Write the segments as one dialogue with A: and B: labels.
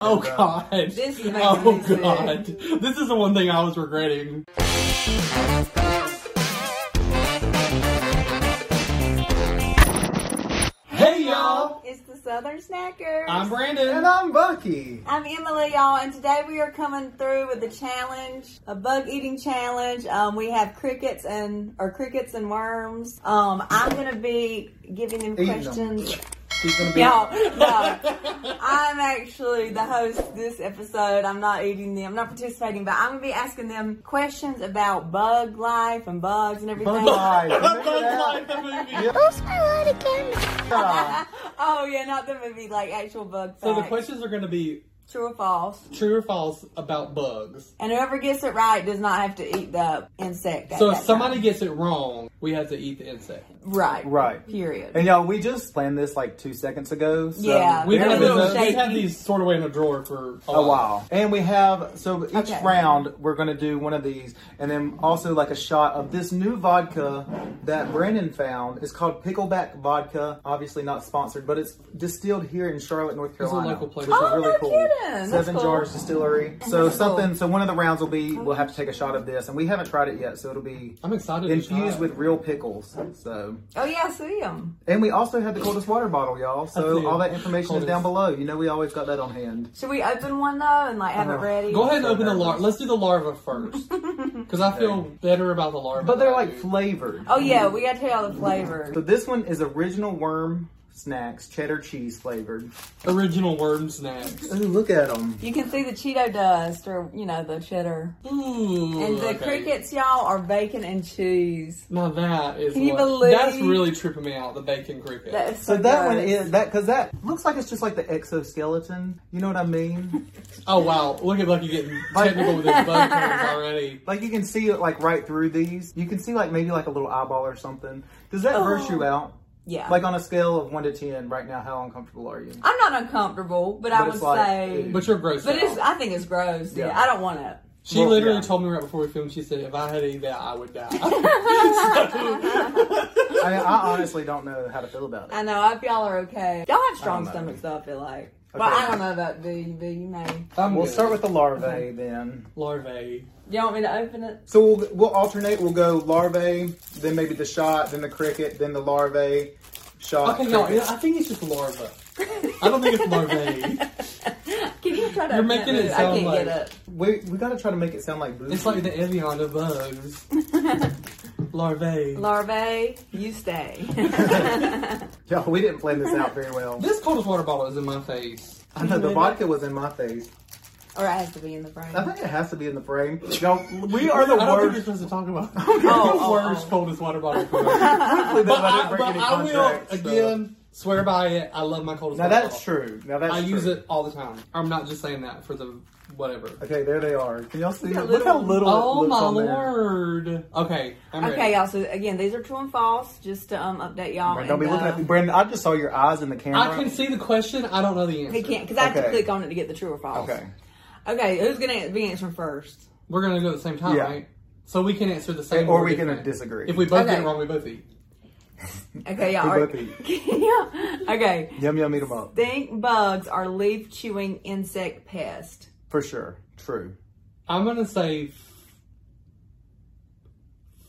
A: Oh
B: And, uh,
A: god.
C: This is
A: oh
C: amazing.
A: god. This is the one thing I was regretting. Hey y'all.
C: It's the Southern Snackers.
A: I'm Brandon.
B: And I'm Bucky.
C: I'm Emily, y'all, and today we are coming through with a challenge, a bug eating challenge. Um, we have crickets and or crickets and worms. Um, I'm gonna be giving them
B: Eating them.
C: questions.
B: He's gonna be.
C: Y'all, no, I'm actually the host this episode. I'm not eating them. I'm not participating, but I'm gonna be asking them questions about bug life and bugs and everything.
B: Bug life.
A: Bug Life, the movie.
D: Who's my line again?
B: Yeah.
C: oh yeah, not the movie, like actual bug facts.
A: So the questions are going to be
C: True or false?
A: true or false about bugs.
C: And whoever gets it right does not have to eat the insect. at
A: So if
C: that
A: somebody
C: time.
A: gets it wrong, we have to eat the insect.
C: right,
B: Right.
C: period.
B: And y'all, we just planned this like two seconds ago. So
C: Yeah.
A: We've
B: there
A: had,
C: They're a
B: is
C: little
A: these,
B: a-
C: shaky.
A: we've had these sort of way in a drawer for
B: a while. And we have so each
C: Okay.
B: round we're gonna do one of these, and then also like a shot of this new vodka that Brandon found. It's called Pickleback Vodka. Obviously not sponsored, but it's distilled here in Charlotte, North
A: It's a
B: Carolina,
A: local place.
B: which
C: Oh,
B: is really
C: no
B: cool.
C: kidding. That's
B: Seven
C: cool.
B: Jars Distillery. So
C: That's cool.
B: something. So one of the rounds will be we'll have to take a shot of this, and we haven't tried it yet, so it'll be.
A: I'm excited. to try
B: Infused
A: it.
B: with real pickles, so
C: oh yeah, I see them.
B: and we also have the coldest water bottle, y'all.
A: do.
B: So all that information
A: Coldest.
B: is down below. You know we always got that on hand.
C: Should we open one though and like have it
B: Uh-huh.
C: ready?
A: Go ahead and open the larva. Let's do the larva first, because I feel better about the larva.
B: But they're
A: than I
B: like
A: do.
B: flavored.
C: Oh yeah, we gotta tell y'all the flavor.
B: So this one is original worm snacks, cheddar cheese flavored.
A: original worm snacks.
B: Ooh, look at them.
C: You can see the Cheeto dust or you know the cheddar.
A: Ooh,
C: And the
A: okay.
C: crickets, y'all, are bacon and cheese.
A: Now that is
C: Can you
A: what-
C: believe-
A: that's really tripping me out. The bacon cricket.
C: That is so,
B: So that one
C: gross.
B: is that because that looks like it's just like the exoskeleton. You know what I mean?
A: oh wow! Look at Lucky getting technical with his bug terms already.
B: like you can see it like right through these. You can see like maybe like a little eyeball or something. Does that gross
A: Oh.
B: you out?
C: yeah.
B: Like on a scale of one to ten, right now, how uncomfortable are you?
C: I'm not uncomfortable, but, I
B: But
C: would
B: it's like-
C: say,
A: But you're gross.
C: but it's
A: out.
C: I think it's gross. Yeah,
B: Yeah.
C: I don't want it.
A: she
B: Well,
A: literally
B: yeah.
A: told me right before we filmed. She said, "If I had to eat that, I would die."
B: I mean, I honestly don't know how to feel about it.
C: I know. I hope y'all are okay. Y'all have strong
B: I don't know.
C: stomachs, though. I feel like, but
B: Okay.
C: I don't know about B. B, you may.
A: I'm
B: We'll
A: good.
B: start with the larvae then.
A: larvae.
C: You want me to open it?
B: So we'll, we'll alternate. We'll go larvae, then maybe the shot, then the cricket, then the larvae, shot.
A: Okay, y'all.
B: cricket.
A: I think it's just larva. I don't think it's larvae.
C: Can you try to?
A: You're
C: open
A: making
C: it
A: it
C: I
A: sound
C: can't
A: like-
C: get it.
B: We we gotta try to make it sound like boozy.
A: It's like the Evian of bugs. larvae.
C: Larvae, you stay.
B: Yo, we didn't plan this out very well.
A: This coldest water bottle is in my face.
B: I know the vodka was in my face.
C: or it has to be in the brain.
B: I think it has to be in the frame. Y'all, we are the
A: I don't think we're
B: worst.
A: supposed to talk about
C: Oh, oh,
A: the worst
C: oh.
A: coldest water bottle. but
B: Hopefully that
A: I,
B: doesn't break
A: but
B: any
A: I will
B: contracts, so.
A: again swear by it. I love my coldest.
B: Now
A: water
B: that's
A: bottle.
B: true. Now that's
A: I
B: true.
A: use it all the time. I'm not just saying that for the whatever.
B: Okay, there they are. Can y'all see?
C: Look at
B: Look, how little.
C: little-
B: it
A: Oh
B: looks
A: my
B: on there.
A: lord. Okay, I'm
C: Okay,
A: ready.
C: y'all. So again, these are true and false, just to um update y'all.
B: Brandon, don't be
C: and,
B: looking
C: uh,
B: at me, Brandon. I just saw your eyes in the camera.
A: I can see the question. I don't know the answer.
C: He can't because I have to
B: Okay.
C: click on it to get the true or false.
B: Okay.
C: Okay, who's gonna be answering first?
A: We're gonna go at the same time,
B: Yeah.
A: right? So we can answer the same,
B: Or
A: or
B: we can
A: different.
B: disagree.
A: If we both get
C: Okay.
A: it wrong, we both eat.
C: Okay, y'all.
B: We
C: are-
B: both eat.
C: yeah. Okay.
B: Yum yum, eat 'em up
C: Think bugs are leaf chewing insect pest.
B: for sure. True.
A: I'm gonna say f-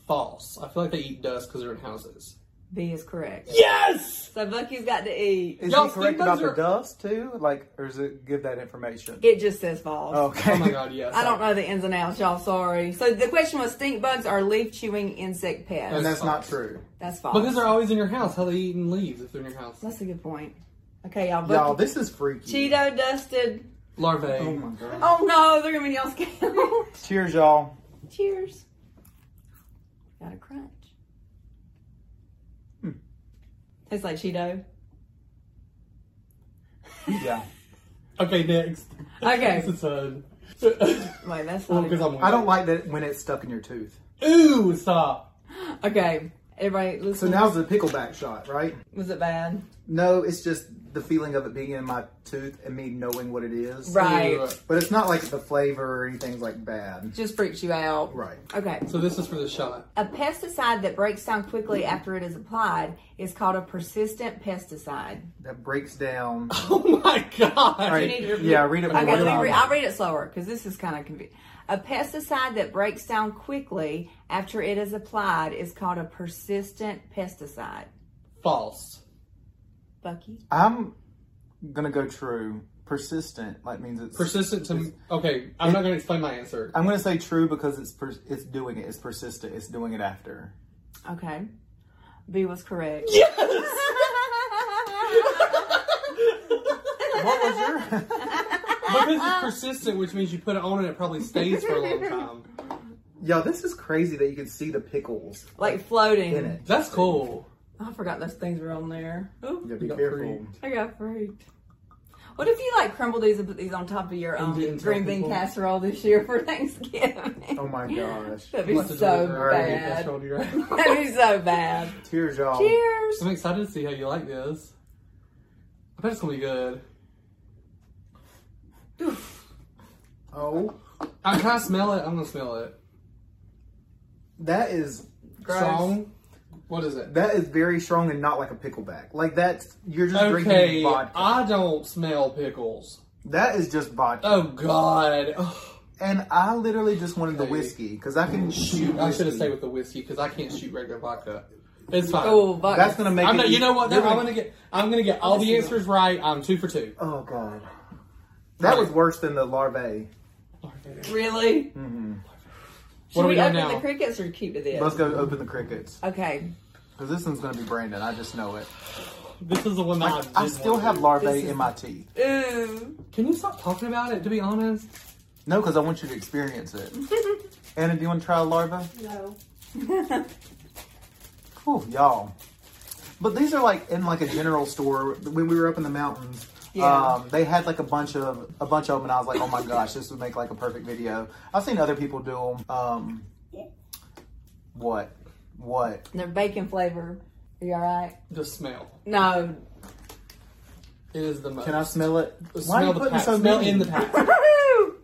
A: false. I feel like they eat dust because they're in houses.
C: B is correct.
A: Yes.
C: So Bucky's got to eat.
B: Is
A: Y'all
B: it correct
A: think those
B: about
A: are-
B: the dust too? Like, or does it give that information?
C: It just says false.
B: okay.
A: Oh my god, yes.
C: I don't know the ins and outs, y'all. Sorry. So the question was: stink bugs are leaf chewing insect pests.
B: And that's not
A: Sucks.
B: true.
C: That's false.
A: Because they're always in your house. How they eat and leaves if they're in your house?
C: that's a good point. Okay, y'all.
B: Y'all,
C: Bucky,
B: this is freaky.
C: Cheeto dusted.
A: Larvae.
B: Oh my god.
C: Oh no, they're gonna be y'all's scale.
B: Cheers, y'all.
C: Cheers. Got a crunch.
B: Hmm.
C: It's like Cheeto.
B: Yeah.
A: Okay, next.
C: Okay.
A: This is fun. Well,
C: Wait, that's not.
A: 'cause
C: it.
A: I'm
B: I don't like that when it's stuck in your tooth.
A: Ooh, stop.
C: Okay, everybody, listen.
B: So now's the pickleback shot, right?
C: was it bad?
B: No, it's just the feeling of it being in my tooth and me knowing what it is.
C: Right.
A: Yeah.
B: But it's not like the flavor or anything's like bad.
C: Just freaks you out.
B: Right.
C: Okay.
A: So this is for the shot.
C: A pesticide that breaks down quickly after it is applied is called a persistent pesticide.
B: That breaks down.
A: Oh my god!
B: Right.
C: need to-
B: Yeah, read it more.
C: Okay, let me
B: loud.
C: re- I'll read it slower because this is kind of confusing. A pesticide that breaks down quickly after it is applied is called a persistent pesticide.
A: False.
C: Bucky?
B: I'm gonna go true. Persistent, like means it's.
A: Persistent to okay. I'm not going to explain my answer.
B: I'm gonna say true because it's pers- it's doing it. It's persistent. It's doing it after.
C: Okay. B was correct.
B: What was your?
A: Because
C: Uh,
A: it's persistent, which means you put it on and it probably stays for a long time.
B: Yo, this is crazy that you can see the pickles
C: like floating.
B: in it.
A: That's cool.
C: I forgot those things were on there. Ooh,
B: Yeah, be
A: got
B: careful.
C: I got freaked. What if you like crumble these and put these on top of your um,
A: didn't tell
C: green bean
A: people?
C: casserole this year for Thanksgiving?
B: Oh my gosh.
C: That'd be
A: Lots
C: so
A: of delivery.
C: bad.
A: Alright, that's right.
C: That'd be so bad.
B: Tears, y'all.
C: Cheers.
A: I'm excited to see how you like this. I bet it's gonna be good.
B: Oh,
A: I can I smell it. I'm gonna smell it.
B: that is
C: Gross.
A: Song. What is it?
B: that is very strong and not like a pickleback. Like that's you're just
A: Okay,
B: drinking vodka.
A: I don't smell pickles.
B: that is just vodka.
A: Oh God! Ugh.
B: And I literally just wanted the
A: Okay.
B: whiskey because I can shoot.
A: I should have
B: whiskey.
A: stayed with the whiskey because I can't shoot regular vodka. It's fine.
C: Oh, but
B: That's gonna make
A: I'm
B: it.
A: not, you know what?
B: you're
A: though? I'm gonna get. I'm gonna get all the answers right. I'm two for two.
B: Oh god, that was worse than the larvae.
C: really. Should
A: What are we
C: we,
A: doing
C: open
A: now?
C: the crickets or keep it in?
B: Let's go open the crickets
C: Okay.
B: because this one's gonna be Brandon. I just know it.
A: This is the one that I,
B: I,
A: did
B: still
A: want.
B: have larvae in my teeth.
C: Ooh.
A: Can you stop talking about it? To be honest,
B: No, because I want you to experience it. Anna, do you want to try a larva?
D: No.
B: Whew, y'all. But these are like in like a general store when we were up in the mountains.
C: Yeah.
B: Um, they had like a bunch of a bunch of them, and I was like, "Oh my gosh, this would make like a perfect video." I've seen other people do them. Um, what? What?
C: They're bacon flavor. Are you all right?
A: the smell.
C: No.
A: It is the most.
B: Can I smell it? Why are
A: Smell
B: you
A: the
B: putting
A: pack.
B: so
A: smell
B: many?
A: in the pack.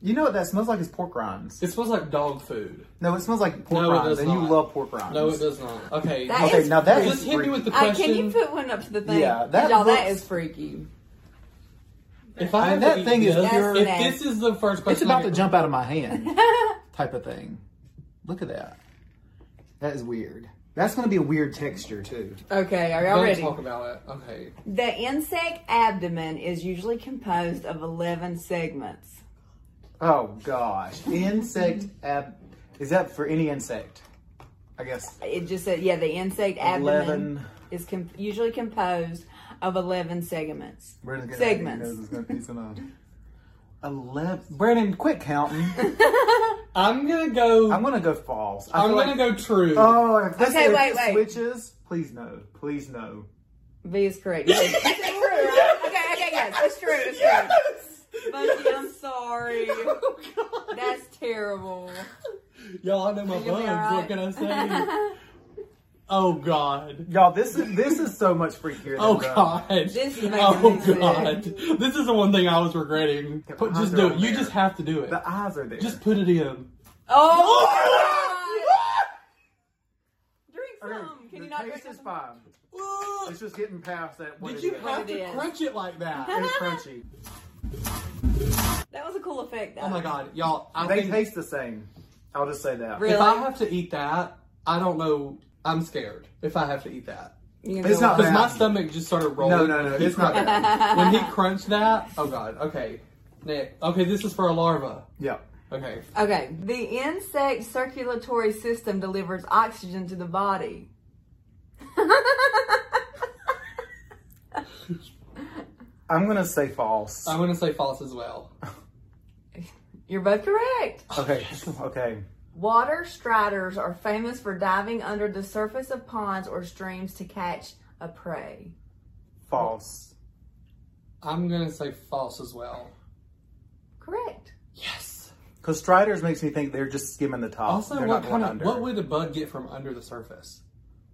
B: You know what that smells like? Is pork rinds?
A: It smells like dog food.
B: No, it smells like pork
A: No, it
B: rinds,
A: does
B: and you
A: not.
B: love pork rinds.
A: No, it does not. Okay.
C: That
B: Okay,
C: is
B: now that
A: just
B: is
A: hit me
B: freaky.
A: with the
C: Uh,
A: question.
C: can you put one up to the thing?
B: Yeah, that
C: y'all, that
B: looks-
C: is freaky.
A: if I
B: I
A: have
B: mean,
A: to
B: that
A: eat
B: thing is
A: this,
C: pure-
A: If this is the first question,
B: It's about
A: I
B: to
A: get-
B: jump out of my hand, type of thing. Look at that. That is weird. That's going to be a weird texture too.
C: Okay, are y'all
A: Don't
C: ready?
A: talk about it. Okay.
C: The insect abdomen is usually composed of 11 segments.
B: Oh gosh, insect ab. Is that for any insect? I guess
C: It just said, yeah, the insect abdomen
B: eleven.
C: is com- usually composed of 11 segments.
B: Brandon's gonna-
C: Segments.
B: he knows it's gonna- he's gonna- Eleven. Brandon, quit counting.
A: I'm gonna go.
B: I'm
A: I'm,
B: gonna go false. I feel
A: gonna
B: like-
A: go true.
B: Oh, if this,
C: Okay,
B: if
C: wait,
B: this
C: wait.
B: switches, please no, please no.
C: B is correct. okay, okay, yes, it's true, it's true. Bucky, I'm sorry.
B: Oh,
C: That's terrible.
A: Y'all, I know my bugs.
C: You'll be
A: What can I say? oh God.
B: Y'all, this is this is so much freakier. Than
A: Oh
B: the-
A: God.
C: This is making
A: oh
C: me sick.
A: God. This is the one thing I was regretting. Put, just do it. You just have to do it.
B: The eyes are there.
A: Just put it in.
C: Oh! my God. Drink some. Can
B: the
C: you not drink
B: taste
C: some?
B: is fine. It's just getting past that. what
A: Did
B: it
A: you
B: is.
A: have
C: it
A: to
C: is.
A: crunch it like that?
B: It's crunchy.
C: That was a cool effect, though.
A: Oh my God, y'all. I
B: They
A: think
B: taste the same. I'll just say that.
C: Really?
A: if I have to eat that, I don't know. I'm scared if I have to eat that.
C: You can
B: It's
C: go
B: not
C: on.
A: Because my
B: Yeah.
A: stomach just started rolling.
B: No, no, no.
A: when he
B: It's not.
A: crunched-
B: Bad.
A: when he crunched that, oh god. Okay, Nick. Okay, this is for a larva.
B: yeah.
A: Okay.
C: Okay. The insect circulatory system delivers oxygen to the body.
B: I'm gonna say false.
A: I'm gonna say false as well.
C: You're both correct.
B: Okay. Okay.
C: Water striders are famous for diving under the surface of ponds or streams to catch a prey.
B: False.
A: I'm gonna say false as well.
C: Correct.
A: Yes.
B: Because striders makes me think Oh, they're just skimming the top.
A: Also,
B: they're
A: what
B: not
A: kind
B: going
A: of
B: under.
A: what would a bug get from under the surface?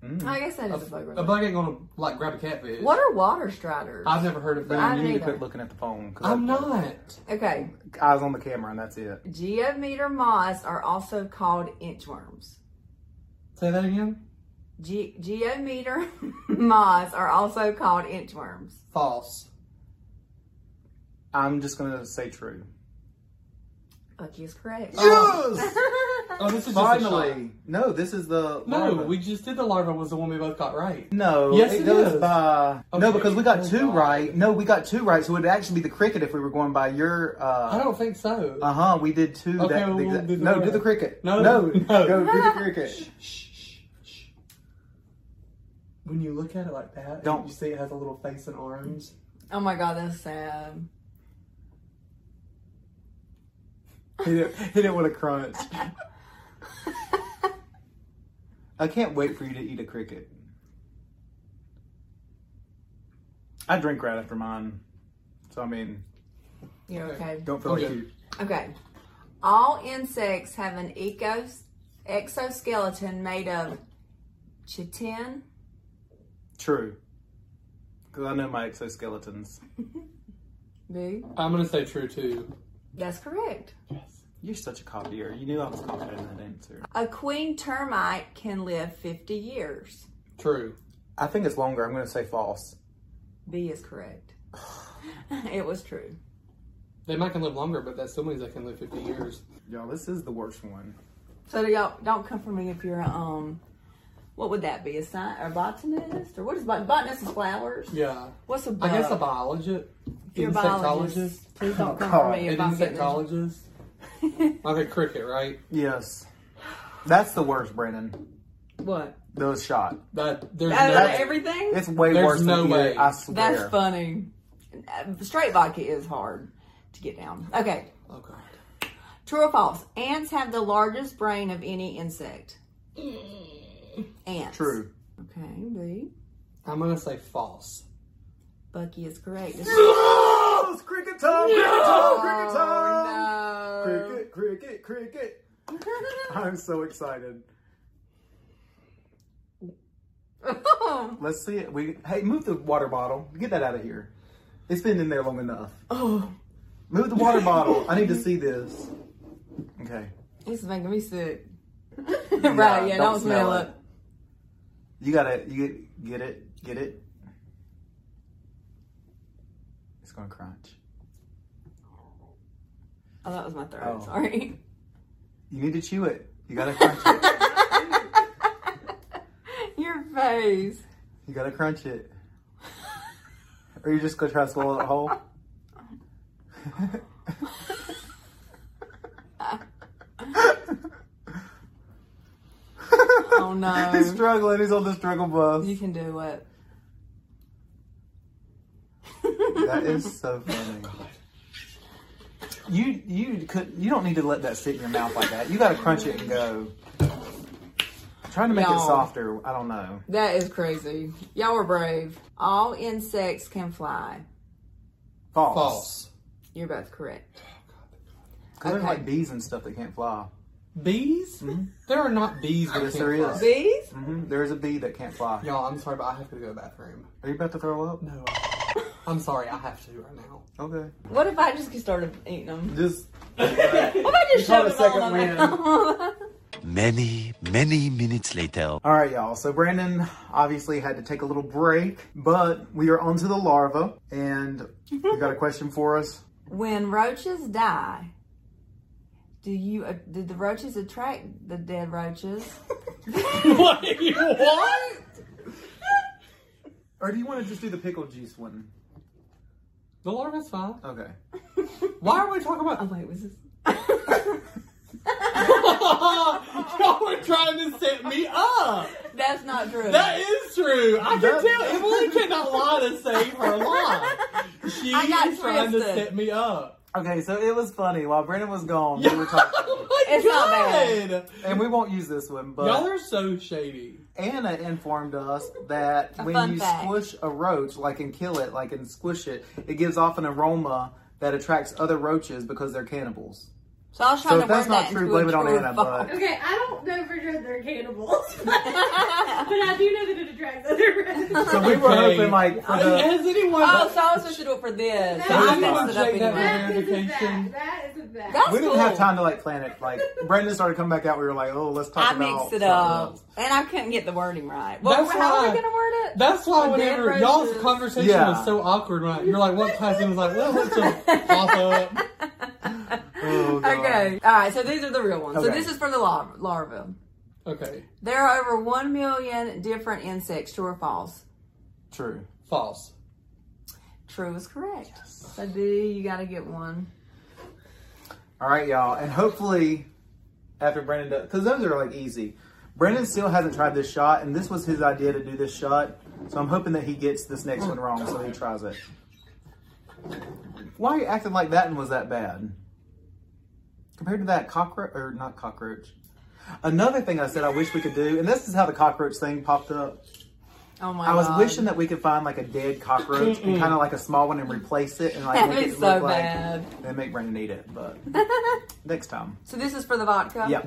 C: I guess that
A: A,
C: is a bug
A: Hmm. a
C: related.
A: bug ain't gonna like grab a catfish.
C: What are water striders?
A: I've never heard of
C: I
A: that.
B: you need to
C: neither.
B: quit looking at the phone. 'cause
A: I'm
B: I-
A: not.
C: Okay,
B: Eyes on the camera, and that's it.
C: geometer moss are also called inchworms.
A: Say that again.
C: Ge- geometer moss are also called inchworms.
A: False.
B: I'm just gonna say true.
C: Bucky is correct.
B: Yes!
A: Oh, this is Just a
B: Finally, no. This is the
A: shot. No,
B: larva.
A: we just did the larva was the one we both got right.
B: No,
A: Yes,
B: it,
A: it
B: goes
A: is.
B: by. No,
A: Okay.
B: because we got
A: Oh,
B: two
A: God.
B: right. No, we got two right, so it'd actually be the cricket if we were going by your.
A: I
B: Uh
A: don't think so.
B: huh. We did two.
A: Okay,
B: that, the
A: we'll
B: exact-
A: do the
B: no, do
A: cricket.
B: the cricket.
A: No,
B: no,
A: no.
B: go do the cricket.
A: when you look at it like that,
B: Don't.
A: don't you see it has a little face and arms?
C: Oh my god, that's sad.
B: Hit it, hit it with a crunch. I can't wait for you to eat a cricket. I drink right after mine, so I mean,
C: You're okay.
B: don't feel like
A: Okay.
B: you.
C: Okay. All insects have an ecos- exoskeleton made of chitin.
B: True, because I know my exoskeletons.
C: Boo.
A: I'm gonna say true too.
C: That's correct.
B: You're such a copier. You knew I was confident in that answer.
C: A queen termite can live 50 years.
A: True.
B: I think it's longer. I'm going to say false.
C: B is correct. it was true.
A: They might can live longer, but that still means they can live 50 years.
B: Y'all, this is the worst one.
C: So do y'all don't come for me if you're a, um, what would that be? A sci a botanist or what is bot- botanist is flowers?
A: Yeah.
C: What's a
A: I
C: bug?
A: guess a biologist,
C: If you're a
A: insectologist,
C: biologist, please don't come
B: God.
C: for me
A: an
C: if I'm getting this.
A: insectologist. Okay, cricket, right?
B: Yes. That's the worst, Brandon.
C: What?
B: The shot.
A: That there's
C: Out
A: no.
C: of everything?
B: It's way
A: There's
B: worse
A: no
B: than
A: way.
B: Either, I swear.
C: That's funny. Uh, Straight vodka is hard to get down. Okay,
A: Oh god.
C: true or false? Ants have the largest brain of any insect. Ants.
B: True.
C: Okay, B.
A: I'm gonna say false.
C: Bucky is correct.
B: Oh, it's cricket time! Cricket time!
C: Oh,
B: Cricket time! Cricket, cricket, cricket. I'm so excited.
C: no.
B: Let's see it. We hey, move the water bottle. Get that out of here. It's been in there long enough.
C: oh,
B: Move the water bottle. I need to see this. Okay.
C: this is making me sick. right, yeah, don't, smell it.
B: You gotta you get it, get it. It's gonna crunch.
C: Oh, that was my throat.
B: Oh.
C: Sorry.
B: You need to chew it. You gotta crunch it.
C: Your face.
B: You gotta crunch it. Or you just gonna try to swallow it whole?
C: Oh no.
B: He's struggling. He's on the struggle bus.
C: You can do it.
B: That is so funny. You you could you don't need to let that sit in your mouth like that. You gotta crunch it and go. Trying to make it
C: Y'all.
B: softer. I don't know.
C: That is crazy. Y'all were brave. All insects can fly.
B: False.
A: False.
C: You're both correct.
B: Because there's
C: Okay.
B: like bees and stuff that can't fly.
A: Bees? There are not bees. That
B: Yes,
A: can't
B: there
A: fly.
B: is.
C: Bees?
B: Mhm, There is a bee that can't fly.
A: Y'all, I'm sorry, but I have to go to the bathroom.
B: Are you about to throw up?
A: No. I'm sorry, I have to right now.
B: Okay.
C: What if I just get started eating them?
B: Just
C: What if I just
B: You caught
C: shove
B: a
C: them all in
B: second
C: my
E: Many, many minutes later.
B: all right, y'all. So Brandon obviously had to take a little break, but we are onto the larva, and you got a question for us?
C: When roaches die, do you uh, did the roaches attract the dead roaches?
A: what? What?
B: Or do you want to just do the pickle juice one?
A: The larva's fine.
B: Okay.
A: Why are we talking about?
C: Oh wait, was this?
A: Y'all were trying to set me up.
C: That's not true.
A: That is true. I can
B: That-
A: tell Emily cannot lie to save her life. She
C: I got
A: is trying to
C: twisted.
A: set me up.
B: Okay, so it was funny. While Brandon was gone, we were talking.
A: Oh my
C: It's not bad.
A: God.
B: And we won't use this one, but
A: Y'all are so shady.
B: Anna informed us that
C: A
B: when
C: fun
B: you
C: fact.
B: squish a roach, like and kill it, like and squish it, it gives off an aroma that attracts other roaches because they're cannibals.
C: So I was trying
B: So
C: to
B: if that's
C: word
B: not
C: that
B: true,
C: into
B: blame
C: a
B: it on
C: true
B: Anna.
C: false.
B: But
F: Okay, I don't know for sure they're cannibals, but I do know that it attracts other rabbits.
B: so we were
A: Okay.
B: hoping like for
A: I-
B: the
A: has anyone?
C: Oh, so I was supposed to do it for this.
F: No,
C: I
F: you
C: messed
F: didn't
C: it up
A: check that out.
C: anyway.
F: That is a
A: Verification.
F: fact. That is a fact.
C: That's
B: we didn't
C: cool.
B: have time to like plan it. Like Brandon started coming back out, we were like, oh, let's talk
C: I
B: about.
C: mixed it
B: something
C: up,
B: else.
C: and I couldn't get the wording right. Well,
A: That's
C: how
A: why-
C: are we gonna word it?
A: That's why
C: Oh, Dan
A: whenever
C: Rose
A: y'all's
C: is-
A: conversation
B: Yeah.
A: was so awkward, right? You're like, what class? And it was like, well, let's just pop up.
B: Oh, God.
C: Okay. All right. So these are the real ones. So
B: Okay.
C: this is for the lar- larva.
A: Okay,
C: There are over one million different insects. True or false?
B: True.
A: false.
C: True is correct. So do you got to get one?
B: All right, y'all, and hopefully after Brandon does, because those are like easy. Brandon still hasn't tried this shot, and this was his idea to do this shot. So I'm hoping that he gets this next one wrong, so he tries it. Why are you acting like that one was that bad? Compared to that cockroach, or not cockroach. Another thing I said I wish we could do, and this is how the cockroach thing popped up.
C: Oh my
B: I was
C: God.
B: wishing that we could find like a dead cockroach and kind of like a small one and replace it and like
C: That
B: make it
C: is
B: look
C: so
B: like
C: bad.
B: and make Brandon eat it. But next time,
C: So this is for the vodka.
B: yeah.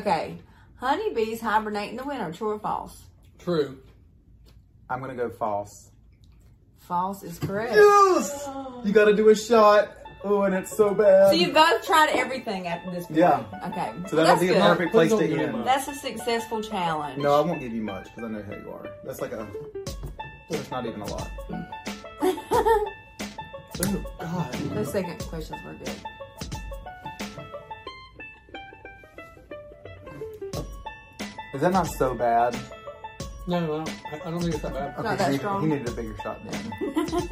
C: Okay. Honeybees hibernate in the winter. True or false?
A: True.
B: I'm gonna go false.
C: False is correct.
B: Yes! You gotta do a shot. Oh, and it's so bad.
C: So you both tried everything after this. Point.
B: yeah.
C: Okay.
B: So that'll
C: That's
B: be a
C: good.
B: perfect place to
A: Please don't give
B: end.
A: him
C: That's a successful challenge.
B: No, I won't give you much because I know how you are. That's like a. It's not even a lot.
A: Oh God.
C: Those second questions were good.
B: Is that not so bad?
A: No, no, I don't, I don't think it's that bad.
C: Not that
B: he,
C: strong.
B: he needed a bigger shot then.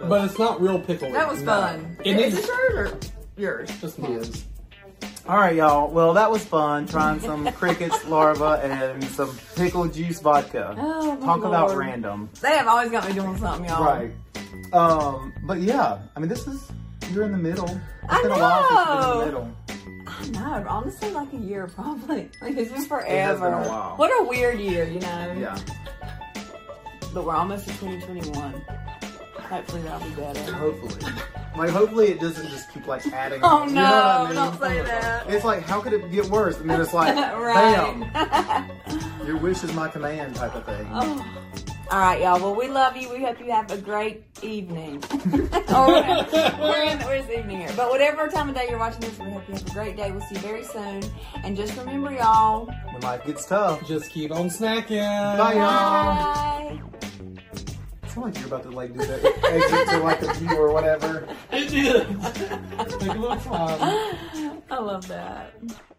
A: But it's not real pickle.
C: That was fun.
A: It
C: is
A: is-
C: it yours or yours?
A: just mine.
B: All right, y'all. Well, that was fun trying some crickets, larva, and some pickle juice vodka.
C: Oh, my
B: Talk about
C: Lord.
B: random.
C: They have always got me doing something, y'all.
B: Right. Um, but yeah, I mean, this is you're in the middle. It's
C: I
B: been a while since you've
C: know.
B: been in the middle.
C: No, honestly, like a year probably. Like it's been forever.
B: has been a while.
C: What a weird year, you know.
B: Yeah.
C: But we're almost to 2021. Hopefully that'll be better.
B: Hopefully. Like, hopefully it doesn't just keep like adding.
C: Oh
B: you
C: no!
B: know what I mean?
C: Don't say that.
B: It's like, how could it get worse? And then it's like,
C: Right.
B: bam, your wish is my command type of thing.
C: Oh. All right, y'all. Well, we love you. We hope you have a great evening. or whatever. we're in we're just evening here. But whatever time of day you're watching this, we hope you have a great day. We'll see you very soon. And just remember, y'all.
B: When life gets tough.
A: Just keep on snacking.
B: Bye, y'all.
C: Bye.
B: I feel like you're about to like do that exit to like a view or whatever.
A: It is. Take a little time.
C: I love that.